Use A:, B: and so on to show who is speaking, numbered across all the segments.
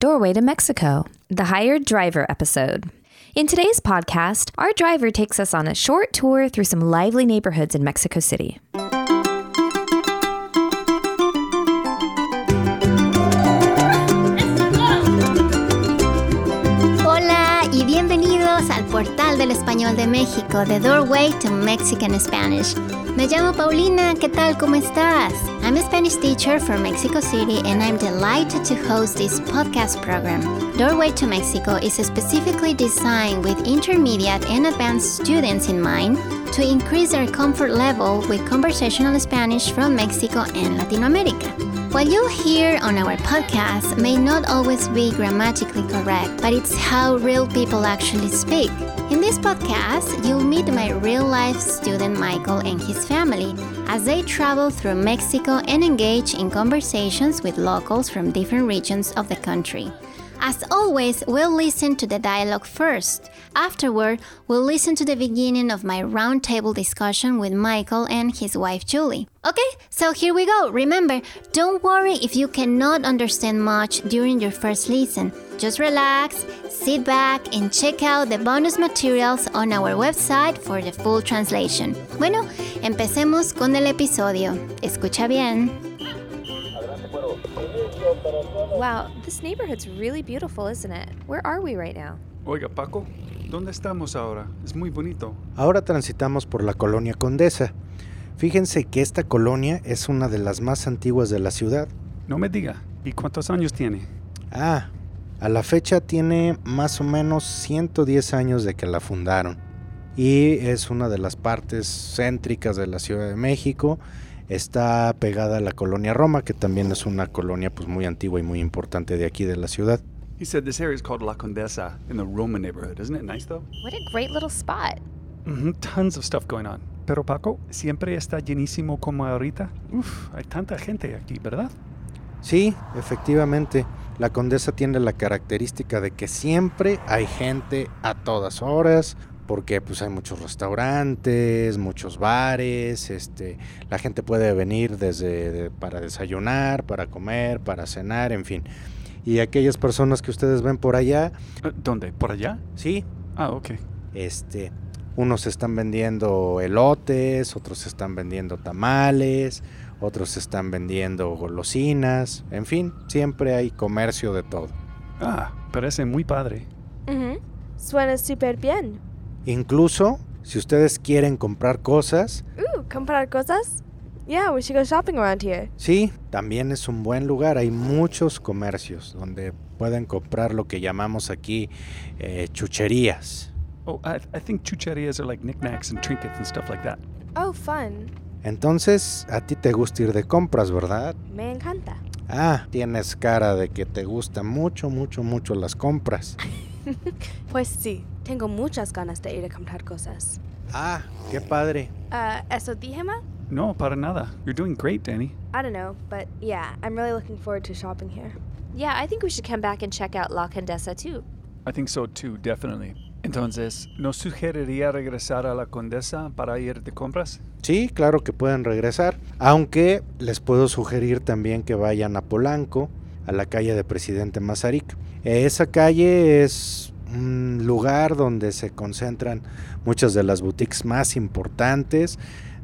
A: Doorway to Mexico, the Hired Driver episode. In today's podcast, our driver takes us on a short tour through some lively neighborhoods in Mexico City.
B: Hola y bienvenidos al portal del español de México, The Doorway to Mexican Spanish. Me llamo Paulina, ¿qué tal? ¿Cómo estás? I'm a Spanish teacher from Mexico City and I'm delighted to host this podcast program. Doorway to Mexico is specifically designed with intermediate and advanced students in mind to increase their comfort level with conversational Spanish from Mexico and Latin America. What you hear on our podcast may not always be grammatically correct, but it's how real people actually speak. In this podcast, you'll meet my real life student Michael and his family as they travel through Mexico and engage in conversations with locals from different regions of the country. As always, we'll listen to the dialogue first. Afterward, we'll listen to the beginning of my roundtable discussion with Michael and his wife Julie. Okay, so here we go. Remember, don't worry if you cannot understand much during your first listen. Just relax, sit back, and check out the bonus materials on our website for the full translation. Bueno, empecemos con el episodio. Escucha bien.
A: Wow, this neighborhood's really beautiful, isn't it? Where are we right now?
C: Oiga, Paco, ¿dónde estamos ahora? Es muy bonito.
D: Ahora transitamos por la colonia Condesa. Fíjense que esta colonia es una de las más antiguas de la ciudad.
C: No me diga, ¿y cuántos años tiene?
D: Ah, a la fecha tiene más o menos 110 años de que la fundaron. Y es una de las partes céntricas de la Ciudad de México. Está pegada a la colonia Roma, que también es una colonia pues, muy antigua y muy importante de aquí de la ciudad.
C: He said this area is called La Condesa in the Roma neighborhood. Isn't it nice though?
A: What a great little spot.
C: Mhm, Tons of stuff going on. Pero Paco, siempre está llenísimo como ahorita. Uf, hay tanta gente aquí, ¿verdad?
D: Sí, efectivamente. La condesa tiene la característica de que siempre hay gente a todas horas, porque pues hay muchos restaurantes, muchos bares, este, la gente puede venir desde de- para desayunar, para comer, para cenar, en fin. Y aquellas personas que ustedes ven por allá,
C: Eh, ¿Dónde? ¿Por allá?
D: sí,
C: Ah, ok.
D: este, unos están vendiendo elotes, otros están vendiendo tamales, otros están vendiendo golosinas, en fin, siempre hay comercio de todo.
C: Ah, parece muy padre.
E: Ujú. Mm-hmm. Suena súper bien.
D: Incluso si ustedes quieren comprar cosas,
E: Ooh, comprar cosas? Yeah, we should go shopping around here.
D: sí, también es un buen lugar. Hay muchos comercios donde pueden comprar lo que llamamos aquí eh, chucherías.
C: Oh, I, I think chucherías are like knickknacks and trinkets and stuff like that.
E: Oh, fun.
D: Entonces, a ti te gusta ir de compras, ¿verdad?
E: Me encanta.
D: Ah, tienes cara de que te gustan mucho, mucho, mucho las compras.
E: Pues sí, tengo muchas ganas de ir a comprar cosas.
D: Ah, qué padre.
E: Uh, ¿Eso dije mal?
C: No, para nada. You're doing great, Danny.
E: I don't know, but yeah, I'm really looking forward to shopping here.
A: Yeah, I think we should come back and check out La Condesa too.
C: I think so too, definitely. Entonces, ¿nos sugeriría regresar a la condesa para ir de compras?
D: Sí, claro que pueden regresar, aunque les puedo sugerir también que vayan a Polanco, a la calle de Presidente Mazarik. Eh, Esa calle es un lugar donde se concentran muchas de las boutiques más importantes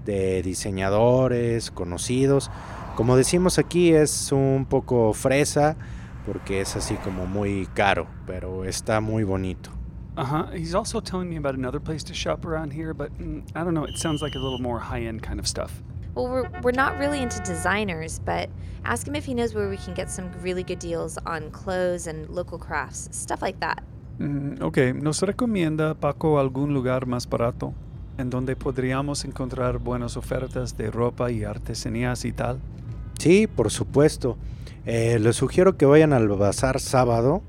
D: de diseñadores conocidos. Como decimos aquí es un poco fresa porque es así como muy caro, pero está muy bonito.
C: Uh huh. He's also telling me about another place to shop around here, but mm, I don't know. It sounds like a little more high end kind of stuff.
A: Well, we're, we're not really into designers, but ask him if he knows where we can get some really good deals on clothes and local crafts, stuff like that.
C: Mm, ok, ¿nos recomienda Paco algún lugar más barato en donde podríamos encontrar buenas ofertas de ropa y artesanías y tal?
D: Sí, por supuesto. Eh, les sugiero que vayan al bazar sábado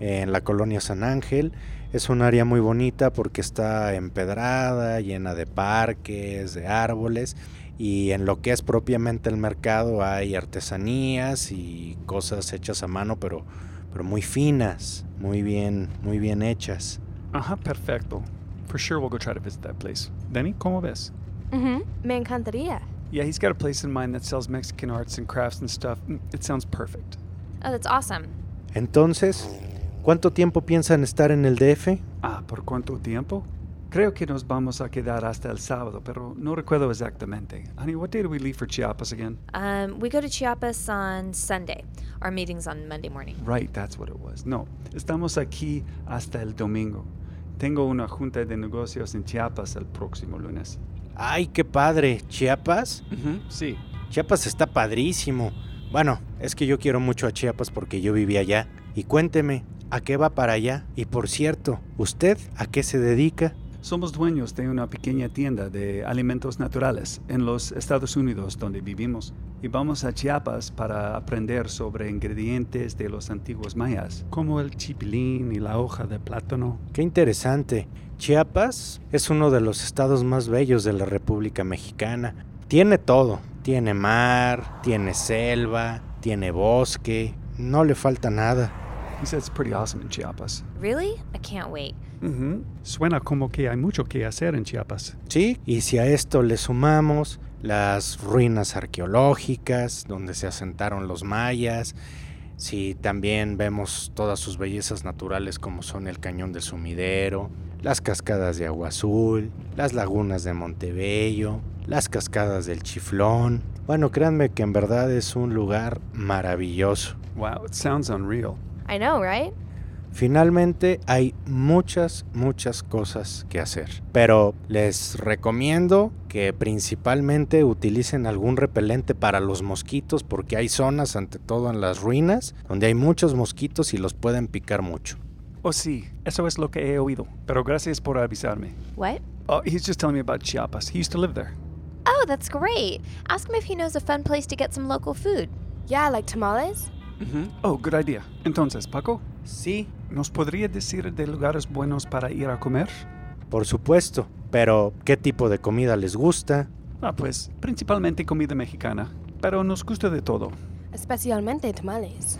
D: en la colonia San Ángel. Es un área muy bonita porque está empedrada, llena de parques, de árboles. Y en lo que es propiamente el mercado hay artesanías y cosas hechas a mano, pero, pero muy finas, muy bien, muy bien hechas.
C: Ajá, Uh-huh, perfecto. For sure we'll go try to visit that place. Danny, ¿cómo ves?
E: Ujú, Me encantaría.
C: Yeah, he's got a place in mind that sells Mexican arts and crafts and stuff. Mm, It sounds perfect.
A: Oh, that's awesome.
D: Entonces, ¿cuánto tiempo piensan estar en el DF?
C: Ah, ¿por cuánto tiempo? Creo que nos vamos a quedar hasta el sábado, pero no recuerdo exactamente. Honey, what day do we leave for Chiapas again?
A: Um, we go to Chiapas on Sunday. Our meeting's on Monday morning.
C: Right, that's what it was. No, estamos aquí hasta el domingo. Tengo una junta de negocios en Chiapas el próximo lunes.
D: ¡Ay, qué padre! ¿Chiapas?
C: Sí.
D: Chiapas está padrísimo. Bueno, es que yo quiero mucho a Chiapas porque yo viví allá. Y cuénteme, ¿a qué va para allá? Y por cierto, ¿usted a qué se dedica?
C: Somos dueños de una pequeña tienda de alimentos naturales en los Estados Unidos donde vivimos y vamos a Chiapas para aprender sobre ingredientes de los antiguos mayas, como el chipilín y la hoja de plátano.
D: Qué interesante. Chiapas es uno de los estados más bellos de la República Mexicana. Tiene todo. Tiene mar, tiene selva, tiene bosque. No le falta nada.
C: He said it's pretty awesome in Chiapas.
A: Really? I can't wait.
C: Mm-hmm. Suena como que hay mucho que hacer en Chiapas.
D: ¿Sí? Y si a esto le sumamos las ruinas arqueológicas donde se asentaron los mayas, si también vemos todas sus bellezas naturales como son el cañón del sumidero, las cascadas de agua azul, las lagunas de Montebello, las cascadas del Chiflón. Bueno, créanme que en verdad es un lugar maravilloso.
C: Wow, it sounds unreal.
E: I know, right?
D: Finalmente hay muchas, muchas cosas que hacer. Pero les recomiendo que principalmente utilicen algún repelente para los mosquitos porque hay zonas, ante todo en las ruinas, donde hay muchos mosquitos y los pueden picar mucho.
C: Oh, sí, eso es lo que he oído. Pero gracias por avisarme.
A: What?
C: Oh, he's just telling me about Chiapas. He used to live there.
A: Oh, that's great. Ask him if he knows a fun place to get some local food.
E: Yeah, like tamales?
C: Oh, good idea. Entonces, Paco,
D: Sí,
C: ¿nos podría decir de lugares buenos para ir a comer?
D: por supuesto. Pero, ¿qué tipo de comida les gusta?
C: Ah, pues, principalmente comida mexicana. Pero nos gusta de todo.
E: Especialmente tamales.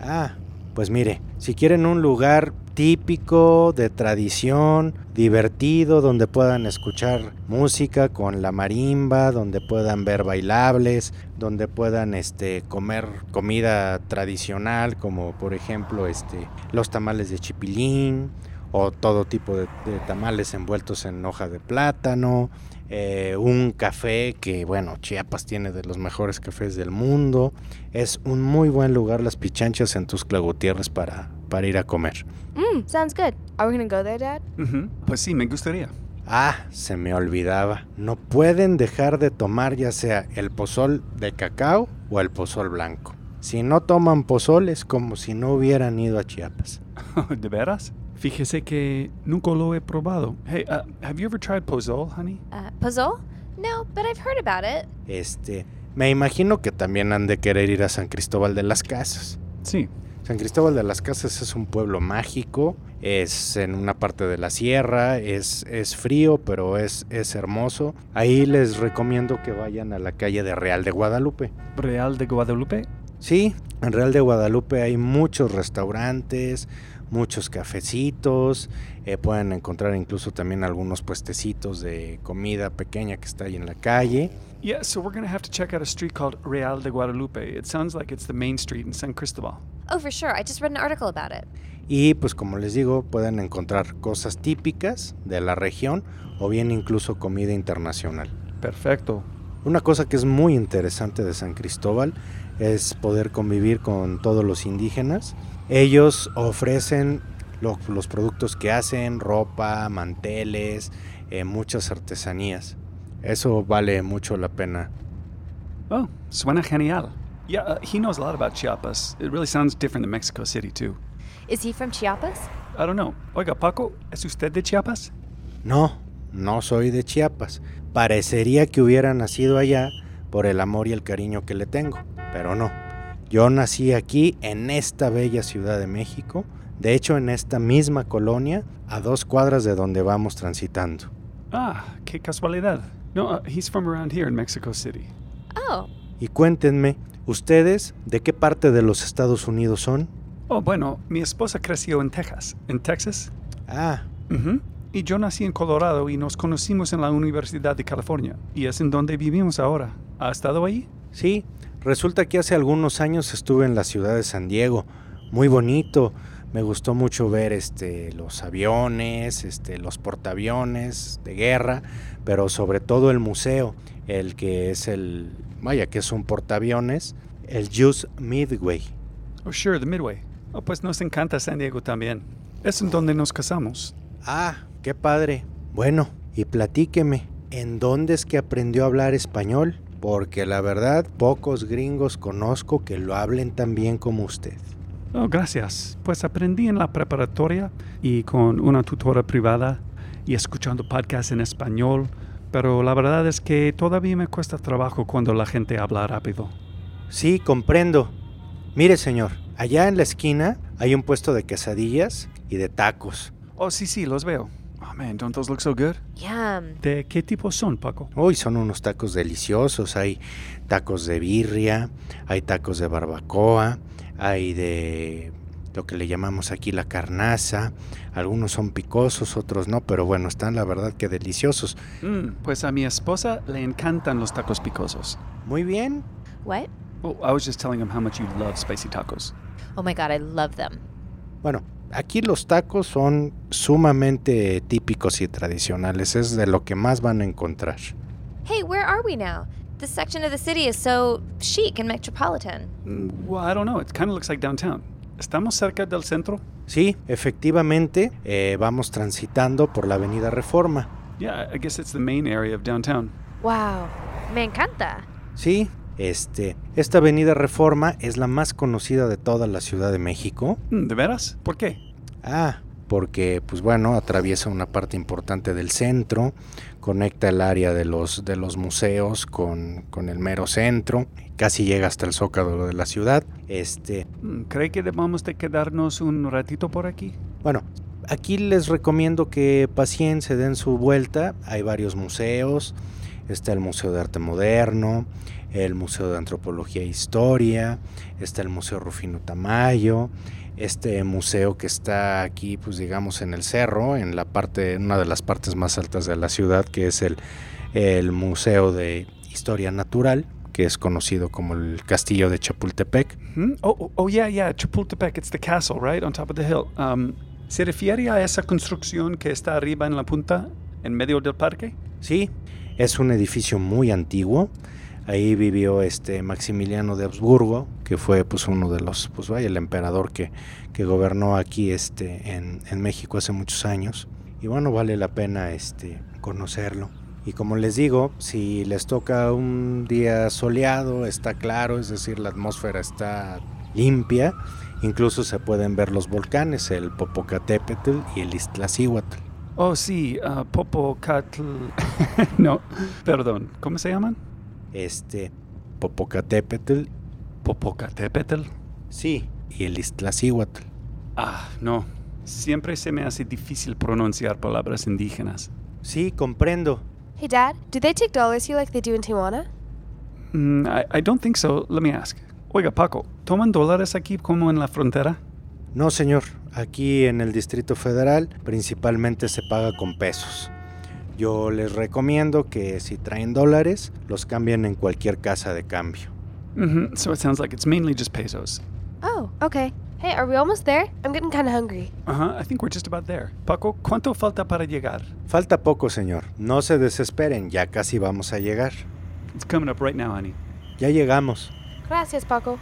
D: Ah, pues mire, si quieren un lugar típico, de tradición, divertido, donde puedan escuchar música con la marimba, donde puedan ver bailables, donde puedan este, comer comida tradicional, como por ejemplo este, los tamales de chipilín o todo tipo de, de tamales envueltos en hoja de plátano, eh, un café que, bueno, Chiapas tiene de los mejores cafés del mundo. Es un muy buen lugar las pichanchas en Tuscla Gutiérrez para, para ir a comer.
E: Mmm, sounds good. Are we gonna go there, Dad?
C: Ujú, Pues sí, me gustaría.
D: Ah, se me olvidaba. No pueden dejar de tomar ya sea el pozol de cacao o el pozol blanco. Si no toman pozol es como si no hubieran ido a Chiapas.
C: ¿De veras? Fíjese que nunca lo he probado. Hey, uh, have you ever tried pozole, honey?
A: Uh, pozole? No, but I've heard about it.
D: Este, me imagino que también han de querer ir a San Cristóbal de las Casas.
C: Sí.
D: San Cristóbal de las Casas es un pueblo mágico, es en una parte de la sierra, es, es frío, pero es, es hermoso. Ahí les recomiendo que vayan a la calle de Real de Guadalupe.
C: ¿Real de Guadalupe?
D: Sí, en Real de Guadalupe hay muchos restaurantes, muchos cafecitos, eh, pueden encontrar incluso también algunos puestecitos de comida pequeña que está ahí en la calle.
C: Yeah, so we're gonna have to check out a street called Real de Guadalupe. It sounds like it's the main street in San Cristobal.
A: Oh, for sure. I just read an article about it.
D: Y pues como les digo, pueden encontrar cosas típicas de la región o bien incluso comida internacional.
C: Perfecto.
D: Una cosa que es muy interesante de San Cristóbal es poder convivir con todos los indígenas. Ellos ofrecen lo- los productos que hacen, ropa, manteles, eh, muchas artesanías. Eso vale mucho la pena.
C: Oh, suena genial. Yeah, uh, he knows a lot about Chiapas. It really sounds different than Mexico City, too.
A: Is he from Chiapas?
C: I don't know. Oiga, Paco, ¿es usted de Chiapas?
D: No, no soy de Chiapas. Parecería que hubiera nacido allá por el amor y el cariño que le tengo, pero no. Yo nací aquí, en esta bella Ciudad de México, de hecho en esta misma colonia, a dos cuadras de donde vamos transitando.
C: Ah, qué casualidad. No, uh, he's from around here in Mexico City.
A: Oh,
D: Y cuéntenme, ¿ustedes de qué parte de los Estados Unidos son?
C: Oh, bueno, mi esposa creció en Texas. ¿En Texas?
D: Ah,
C: Ujú. Y yo nací en Colorado y nos conocimos en la Universidad de California. Y es en donde vivimos ahora. ¿Ha estado ahí?
D: sí, resulta que hace algunos años estuve en la ciudad de San Diego, muy bonito. Me gustó mucho ver este, los aviones, este, los portaaviones de guerra, pero sobre todo el museo, el que es el, vaya, que es un portaaviones, el Just Midway.
C: Oh, sure, the Midway. Oh, pues nos encanta San Diego también. Es en donde nos casamos.
D: Ah, qué padre. Bueno, y platíqueme, ¿en dónde es que aprendió a hablar español? Porque la verdad, pocos gringos conozco que lo hablen tan bien como usted.
C: Oh, gracias. Pues aprendí en la preparatoria y con una tutora privada y escuchando podcasts en español, pero la verdad es que todavía me cuesta trabajo cuando la gente habla rápido.
D: Sí, comprendo. Mire, señor, allá en la esquina hay un puesto de quesadillas y de tacos.
C: Oh, sí, sí, los veo. Oh, man, don't those look so good?
A: Yum.
C: ¿De qué tipo son, Paco?
D: Uy, son unos tacos deliciosos. Hay tacos de birria, hay tacos de barbacoa, hay de lo que le llamamos aquí la carnaza. Algunos son picosos, otros no, pero bueno, están la verdad que deliciosos.
C: Mm, pues a mi esposa le encantan los tacos picosos.
D: Muy bien.
A: What?
C: Oh, I was just telling him how much you love spicy tacos.
A: Oh my god, I love them.
D: Bueno, aquí los tacos son sumamente típicos y tradicionales. Es de lo que más van a encontrar.
A: Hey, where are we now? This section of the city is so chic and metropolitan.
C: Mm, well, I don't know. It kind of looks like downtown. ¿Estamos cerca del centro?
D: Sí, efectivamente, eh, vamos transitando por la Avenida Reforma.
C: Yeah, I guess it's the main area of downtown.
E: Wow, me encanta.
D: Sí, este, esta Avenida Reforma es la más conocida de toda la Ciudad de México.
C: Mm, ¿De veras? ¿Por qué?
D: Ah, porque pues bueno, atraviesa una parte importante del centro, conecta el área de los, de los museos con, con el mero centro, casi llega hasta el zócalo de la ciudad. Este,
C: Mm, ¿Cree que debamos de quedarnos un ratito por aquí?
D: bueno, aquí les recomiendo que pasien, se den su vuelta, hay varios museos, está el Museo de Arte Moderno, el Museo de Antropología e Historia, está el Museo Rufino Tamayo, este museo que está aquí, pues digamos, en el cerro, en la parte, en una de las partes más altas de la ciudad, que es el, el Museo de Historia Natural, que es conocido como el Castillo de Chapultepec.
C: Hmm? Oh, oh, oh, yeah, yeah, Chapultepec. It's the castle, right? On top of the hill. Um, ¿Se refiere a esa construcción que está arriba en la punta, en medio del parque?
D: Sí, es un edificio muy antiguo. Ahí vivió este Maximiliano de Habsburgo, que fue pues uno de los, pues vaya, el emperador que, que gobernó aquí este, en, en México hace muchos años. Y bueno, vale la pena este, conocerlo. Y como les digo, si les toca un día soleado, está claro, es decir, la atmósfera está limpia, incluso se pueden ver los volcanes, el Popocatépetl y el Iztaccíhuatl.
C: Oh, sí, ah, Popocatl. no, perdón. ¿Cómo se llaman?
D: Este Popocatépetl
C: Popocatépetl.
D: Sí. Y el Iztaccíhuatl.
C: Ah, no. Siempre se me hace difícil pronunciar palabras indígenas.
D: Sí, comprendo.
E: Hey, Dad, do they take dollars here like they do in Tijuana?
C: Mm, I, I don't think so. Let me ask. Oiga, Paco, ¿toman dólares aquí como en la frontera?
D: No, señor. Aquí en el Distrito Federal principalmente se paga con pesos. Yo les recomiendo que si traen dólares, los cambien en cualquier casa de cambio.
C: Mhm, So it sounds like it's mainly just pesos.
E: Oh, okay. Hey, are we almost there? I'm getting kind of hungry.
C: Uh-huh, I think we're just about there. Paco, ¿cuánto falta para llegar?
D: Falta poco, señor. No se desesperen, ya casi vamos a llegar.
C: It's coming up right now, honey.
D: Ya llegamos.
E: Gracias, Paco.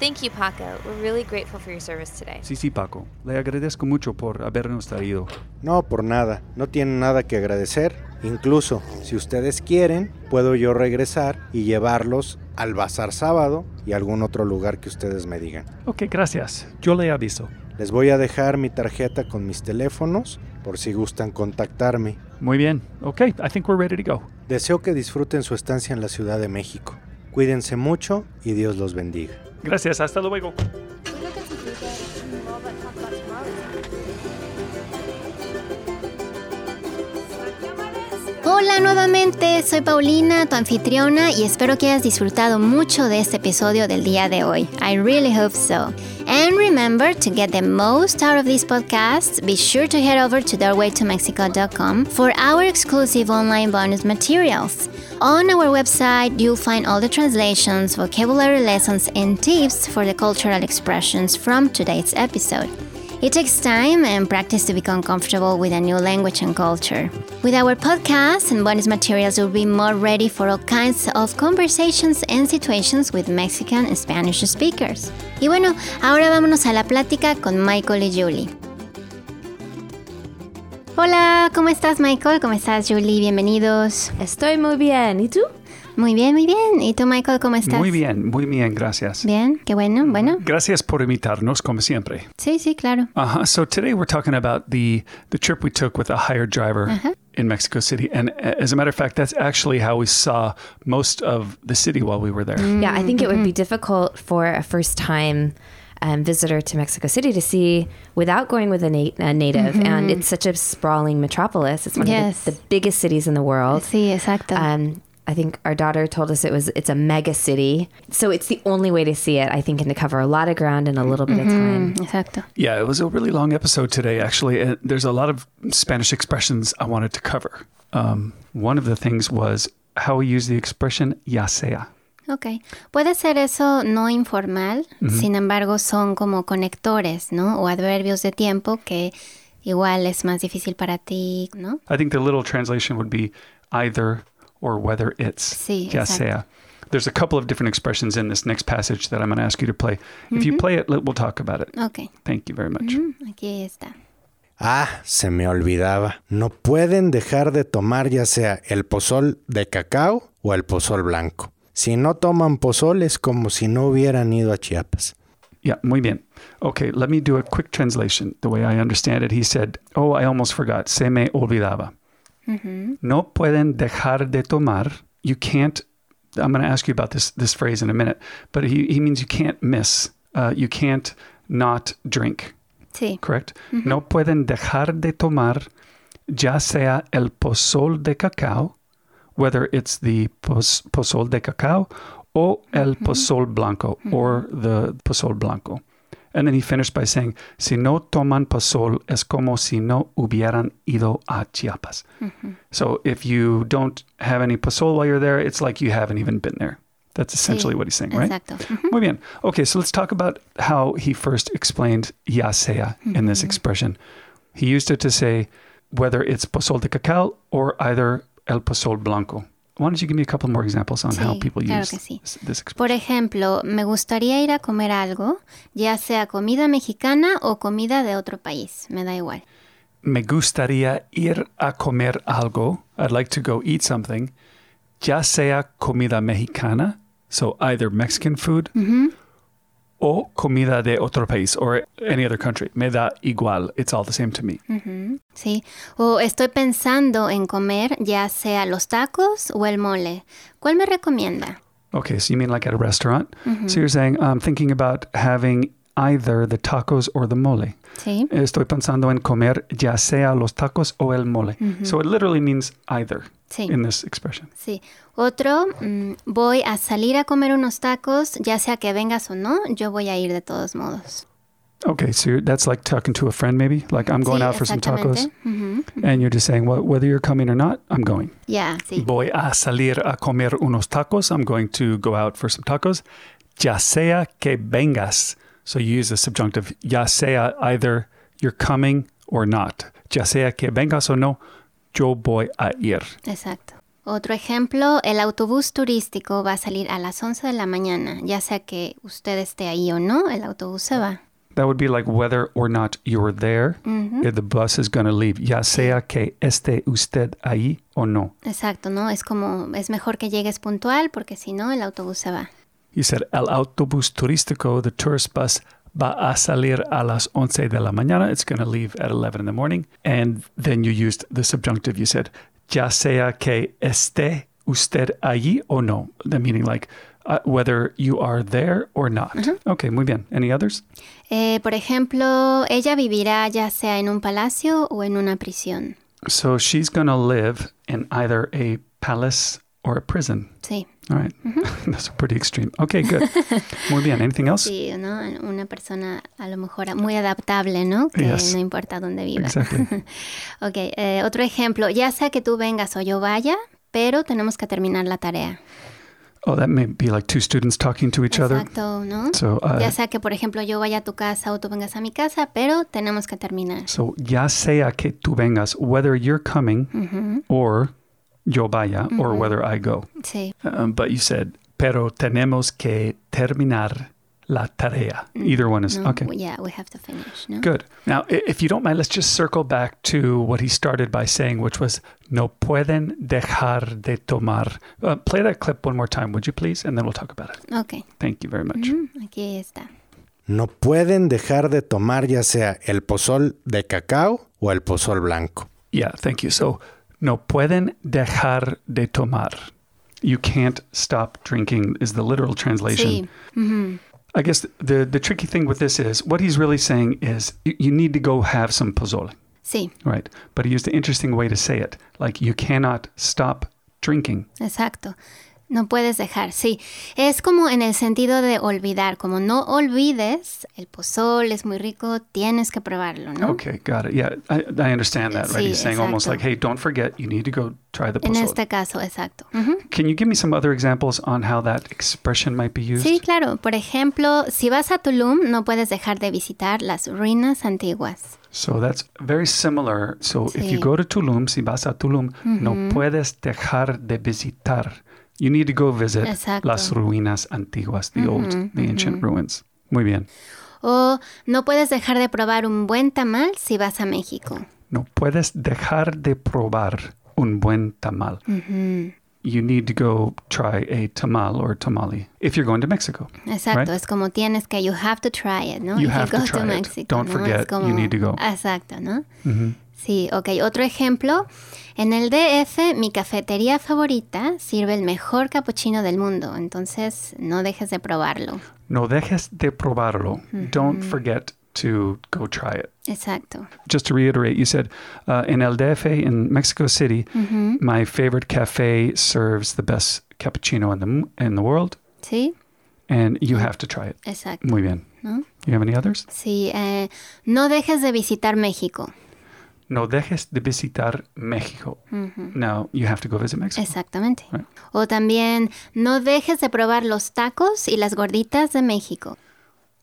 A: Thank you, Paco. We're really grateful for your service today.
C: Sí, sí, Paco. Le agradezco mucho por habernos traído.
D: No, por nada. No tienen nada que agradecer. Incluso, si ustedes quieren, puedo yo regresar y llevarlos al Bazar Sábado y a algún otro lugar que ustedes me digan.
C: Ok, gracias. Yo le aviso.
D: Les voy a dejar mi tarjeta con mis teléfonos por si gustan contactarme.
C: Muy bien. Ok, I think we're ready to go.
D: Deseo que disfruten su estancia en la Ciudad de México. Cuídense mucho y Dios los bendiga.
C: Gracias, hasta luego.
B: Con Hola nuevamente, soy Paulina, tu anfitriona, y espero que hayas disfrutado mucho de este episodio del día de hoy. I really hope so. And remember, to get the most out of this podcast, be sure to head over to doorwaytomexico.com for our exclusive online bonus materials. On our website, you'll find all the translations, vocabulary lessons, and tips for the cultural expressions from today's episode. It takes time and practice to become comfortable with a new language and culture. With our podcast and bonus materials, we'll be more ready for all kinds of conversations and situations with Mexican and Spanish speakers. Y bueno, ahora vámonos a la plática con Michael y Julie. Hola, ¿cómo estás Michael? ¿Cómo estás Julie? Bienvenidos.
A: Estoy muy bien. ¿Y tú?
B: Muy bien, muy bien. ¿Y tú Michael, cómo estás?
C: Muy bien, muy bien, gracias.
B: Bien, qué bueno, bueno.
C: Gracias por invitarnos, como siempre.
B: Sí, sí, claro.
C: Uh-huh. So today we're talking about the the trip we took with a hired driver in Mexico City, and a- as a matter of fact, that's actually how we saw most of the city while we were there.
A: Yeah, I think it would be difficult for a first time um, visitor to Mexico City to see without going with a, na- a native. And it's such a sprawling metropolis. It's one
B: Yes.
A: of the, the biggest cities in the world.
B: Sí, exacto.
C: Ah.
A: Um, I think our daughter told us it was it's a mega city, so it's the only way to see it. I think, and to cover a lot of ground in a little bit of time.
B: exacto.
C: Yeah, it was a really long episode today, actually. And there's a lot of Spanish expressions I wanted to cover. Um, one of the things was how we use the expression ya sea.
B: Ok. Puede ser eso no informal, sin embargo son como conectores, ¿no? O adverbios de tiempo que igual es más difícil para ti, ¿no?
C: I think the little translation would be either or whether it's.
B: Sí,
C: ya
B: exacto.
C: sea. There's a couple of different expressions in this next passage that I'm going to ask you to play. If you play it, let- we'll talk about it.
B: Ok.
C: Thank you very much.
B: Mm, Aquí está.
D: Ah, se me olvidaba. No pueden dejar de tomar ya sea el pozol de cacao o el pozol blanco. Si no toman pozol es como si no hubieran ido a Chiapas.
C: Yeah, muy bien. Okay, let me do a quick translation. The way I understand it, he said, Oh, I almost forgot. Se me olvidaba. No pueden dejar de tomar. You can't. I'm going to ask you about this this phrase in a minute, but he, he means you can't miss. Uh, you can't not drink,
B: Sí.
C: correct? No pueden dejar de tomar, ya sea el pozol de cacao, whether it's the pos, pozol de cacao o el pozol blanco or the pozol blanco. And then he finished by saying, si no toman pozol es como si no hubieran ido a Chiapas. So if you don't have any pozol while you're there, it's like you haven't even been there. That's essentially what he's saying, right?
B: Exacto.
C: Muy bien. Okay, so let's talk about how he first explained ya sea in
B: Mm-hmm.
C: this expression. He used it to say whether it's pozol de cacao or either el pozol blanco. Why don't you give me a couple more examples on how
B: Sí,
C: people
B: claro
C: use
B: que sí.
C: this, this expression?
B: Por ejemplo, me gustaría ir a comer algo, ya sea comida mexicana o comida de otro país, me da igual.
C: Me gustaría ir a comer algo. I'd like to go eat something. Ya sea comida mexicana, so either Mexican food,
B: Mm-hmm.
C: o comida de otro país, or any other country. Me da igual. It's all the same to me.
B: Sí, o estoy pensando en comer ya sea los tacos o el mole. ¿Cuál me recomienda?
C: Okay, so you mean like at a restaurant?
B: Mm-hmm.
C: So you're saying I'm thinking about having either the tacos or the mole.
B: Sí.
C: Estoy pensando en comer ya sea los tacos o el mole. So it literally means either
B: Mm-hmm. Sí.
C: in this expression.
B: Sí. Otro, mm, voy a salir a comer unos tacos, ya sea que vengas o no, yo voy a ir de todos modos.
C: Okay, so you're, that's like talking to a friend maybe. Like I'm going
B: sí,
C: out for some tacos
B: exactamente. Ujú.
C: and you're just saying, well, whether you're coming or not, I'm going.
B: Ya, sí.
C: Voy a salir a comer unos tacos. I'm going to go out for some tacos. Ya sea que vengas. So you use the subjunctive ya sea either you're coming or not. Ya sea que vengas o no, yo voy a ir.
B: Exacto. Otro ejemplo, el autobús turístico va a salir a las 11 de la mañana, ya sea que usted esté ahí o no, el autobús se va.
C: That would be like whether or not you're there. if the bus is going to leave. Ya sea que esté usted ahí o no.
B: Exacto, ¿no? Es como, es mejor que llegues puntual porque si no, el autobús se va.
C: You said el autobús turístico, the tourist bus, va a salir a las once de la mañana. It's going to leave at 11 in the morning. And then you used the subjunctive. You said, ya sea que esté usted allí o no. The meaning like uh, whether you are there or not. Okay, muy bien. Any others?
B: Eh, por ejemplo, ella vivirá ya sea en un palacio o en una prisión.
C: So she's going to live in either a palace or a prison.
B: Sí,
C: All right. Those are pretty extreme. Okay, good. Muy bien. Anything else?
B: sí, ¿no? Una persona a lo mejor muy adaptable, ¿no? Que
C: Yes.
B: no importa dónde viva.
C: Exactly.
B: Ok, eh, otro ejemplo. Ya sea que tú vengas o yo vaya, pero tenemos que terminar la tarea.
C: Oh, that may be like two students talking to each other.
B: Exacto, ¿no?
C: So, uh,
B: Ya sea que, por ejemplo, yo vaya a tu casa o tú vengas a mi casa, pero tenemos que terminar.
C: So, ya sea que tú vengas, whether you're coming
B: Mm-hmm.
C: or yo vaya or whether I go.
B: Sí,
C: Um, but you said, pero tenemos que terminar la tarea. Either one is
B: Mm-hmm. no,
C: okay.
B: we- yeah, we have to finish, ¿no?
C: Good. Now, i- if you don't mind, let's just circle back to what he started by saying, which was no pueden dejar de tomar. Uh, play that clip one more time, would you please? And then we'll talk about it.
B: Ok,
C: Thank you very much.
B: mm, aquí está.
D: No pueden dejar de tomar ya sea el pozol de cacao o el pozol blanco.
C: Yeah, thank you. So, no pueden dejar de tomar. You can't stop drinking is the literal translation.
B: Sí, ujú,
C: I guess the the tricky thing with this is what he's really saying is you, you need to go have some pozole,
B: sí,
C: right? But he used an interesting way to say it, like you cannot stop drinking.
B: exacto. No puedes dejar, sí. Es como en el sentido de olvidar, como no olvides, el pozol es muy rico, tienes que probarlo, ¿no?
C: Okay, got it. Yeah, I, I understand that, right?
B: Oh. Sí,
C: he's saying almost
B: exacto.
C: like, hey, don't forget, you need to go try the
B: En
C: pozole.
B: este caso, exacto. Ujú.
C: Can you give me some other examples on how that expression might be used?
B: Sí, claro. Por ejemplo, si vas a Tulum, no puedes dejar de visitar las ruinas antiguas.
C: So that's very similar. So if you
B: Sí.
C: go to Tulum, si vas a Tulum, no puedes dejar de visitar. You need to go visit
B: Exacto.
C: las ruinas antiguas, the old, the ancient ruins. Muy bien.
B: O no puedes dejar de probar un buen tamal si vas a México.
C: No puedes dejar de probar un buen tamal. You need to go try a tamal or tamale if you're going to Mexico.
B: Exacto,
C: Right.
B: es como tienes que, you have to try it, ¿no?
C: You
B: If
C: have to
B: go
C: try it.
B: Mexico,
C: Don't
B: ¿no?
C: forget,
B: Es como-
C: you need to go. Mm-hmm.
B: Exacto, ¿no? Sí, ok. Otro ejemplo, en el DF, mi cafetería favorita sirve el mejor capuchino del mundo, entonces no dejes de probarlo.
C: No dejes de probarlo. Don't forget to go try it.
B: Exacto.
C: just to reiterate, you said uh, in El DF in Mexico City,
B: Mm-hmm.
C: my favorite cafe serves the best cappuccino in the m- in the world,
B: Sí,
C: and you have to try it.
B: exacto.
C: Muy bien.
B: ¿No?
C: You have any others?
B: Sí, eh, no dejes de visitar México.
C: No dejes de visitar Mexico.
B: Mm-hmm.
C: Now you have to go visit Mexico.
B: Exactamente.
C: Right.
B: O también, no dejes de probar los tacos y las gorditas de México.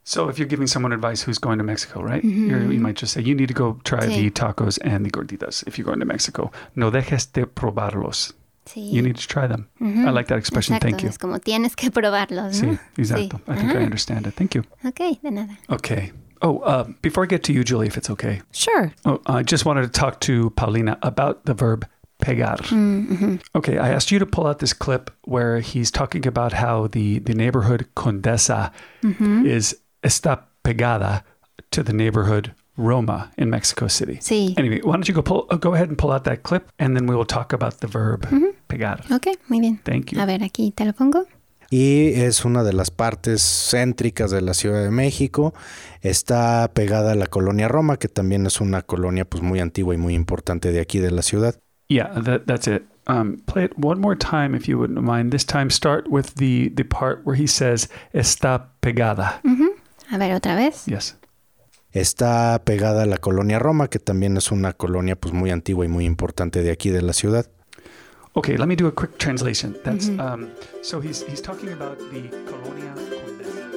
C: So if you're giving someone advice who's going to Mexico, right? You're, you might just say you need to go try
B: Mm-hmm. Sí.
C: the tacos and the gorditas if you're going to Mexico. No dejes de probarlos.
B: Sí.
C: You need to try them. I like that expression.
B: Mm-hmm. Exacto, Uh-huh.
C: Thank you.
B: Es como tienes que probarlos, ¿no?
C: Sí, exacto. I think I understand it. Thank you.
B: Ok, de nada.
C: Okay. Oh, uh, before I get to you, Julie, if it's okay,
A: Sure.
C: oh, I just wanted to talk to Paulina about the verb pegar. Okay, I asked you to pull out this clip where he's talking about how the, the neighborhood Condesa is está pegada to the neighborhood Roma in Mexico City.
B: Sí.
C: Anyway, why don't you go pull uh, go ahead and pull out that clip, and then we will talk about the verb pegar.
B: Ok, muy bien.
C: Thank you.
B: A ver, aquí te lo pongo.
D: y es una de las partes céntricas de la Ciudad de México. Está pegada a la colonia Roma, que también es una colonia pues muy antigua y muy importante de aquí de la ciudad.
C: Yeah, that, that's it. Um, play it one more time if you wouldn't mind. This time, start with the, the part where he says, está pegada.
B: A ver, otra vez.
C: Yes.
D: Está pegada a la colonia Roma, que también es una colonia pues muy antigua y muy importante de aquí de la ciudad.
C: Okay, let me do a quick translation. That's um, So he's, he's talking about the Colonia Condesa.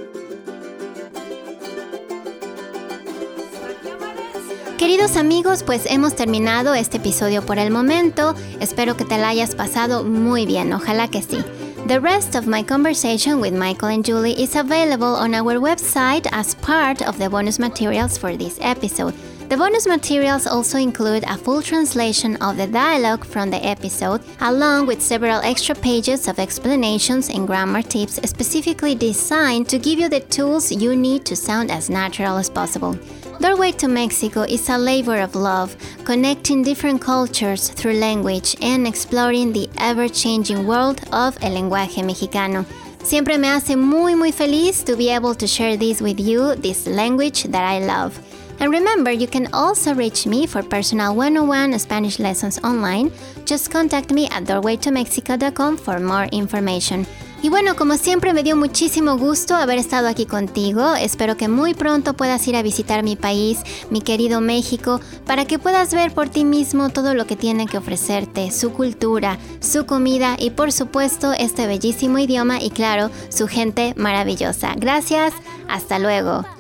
B: Queridos amigos, pues hemos terminado este episodio por el momento. Espero que te la hayas pasado muy bien, ojalá que sí. The rest of my conversation with Michael and Julie is available on our website as part of the bonus materials for this episode. The bonus materials also include a full translation of the dialogue from the episode, along with several extra pages of explanations and grammar tips specifically designed to give you the tools you need to sound as natural as possible. Doorway to Mexico is a labor of love, connecting different cultures through language and exploring the ever changing world of el lenguaje mexicano. Siempre me hace muy muy feliz to be able to share this with you, this language that I love. And remember, you can also reach me for personal 101 Spanish lessons online. Just contact me at doorwaytomexico.com for more information. Y bueno, como siempre me dio muchísimo gusto haber estado aquí contigo. Espero que muy pronto puedas ir a visitar mi país, mi querido México, para que puedas ver por ti mismo todo lo que tiene que ofrecerte, su cultura, su comida y por supuesto este bellísimo idioma y claro, su gente maravillosa. Gracias, hasta luego.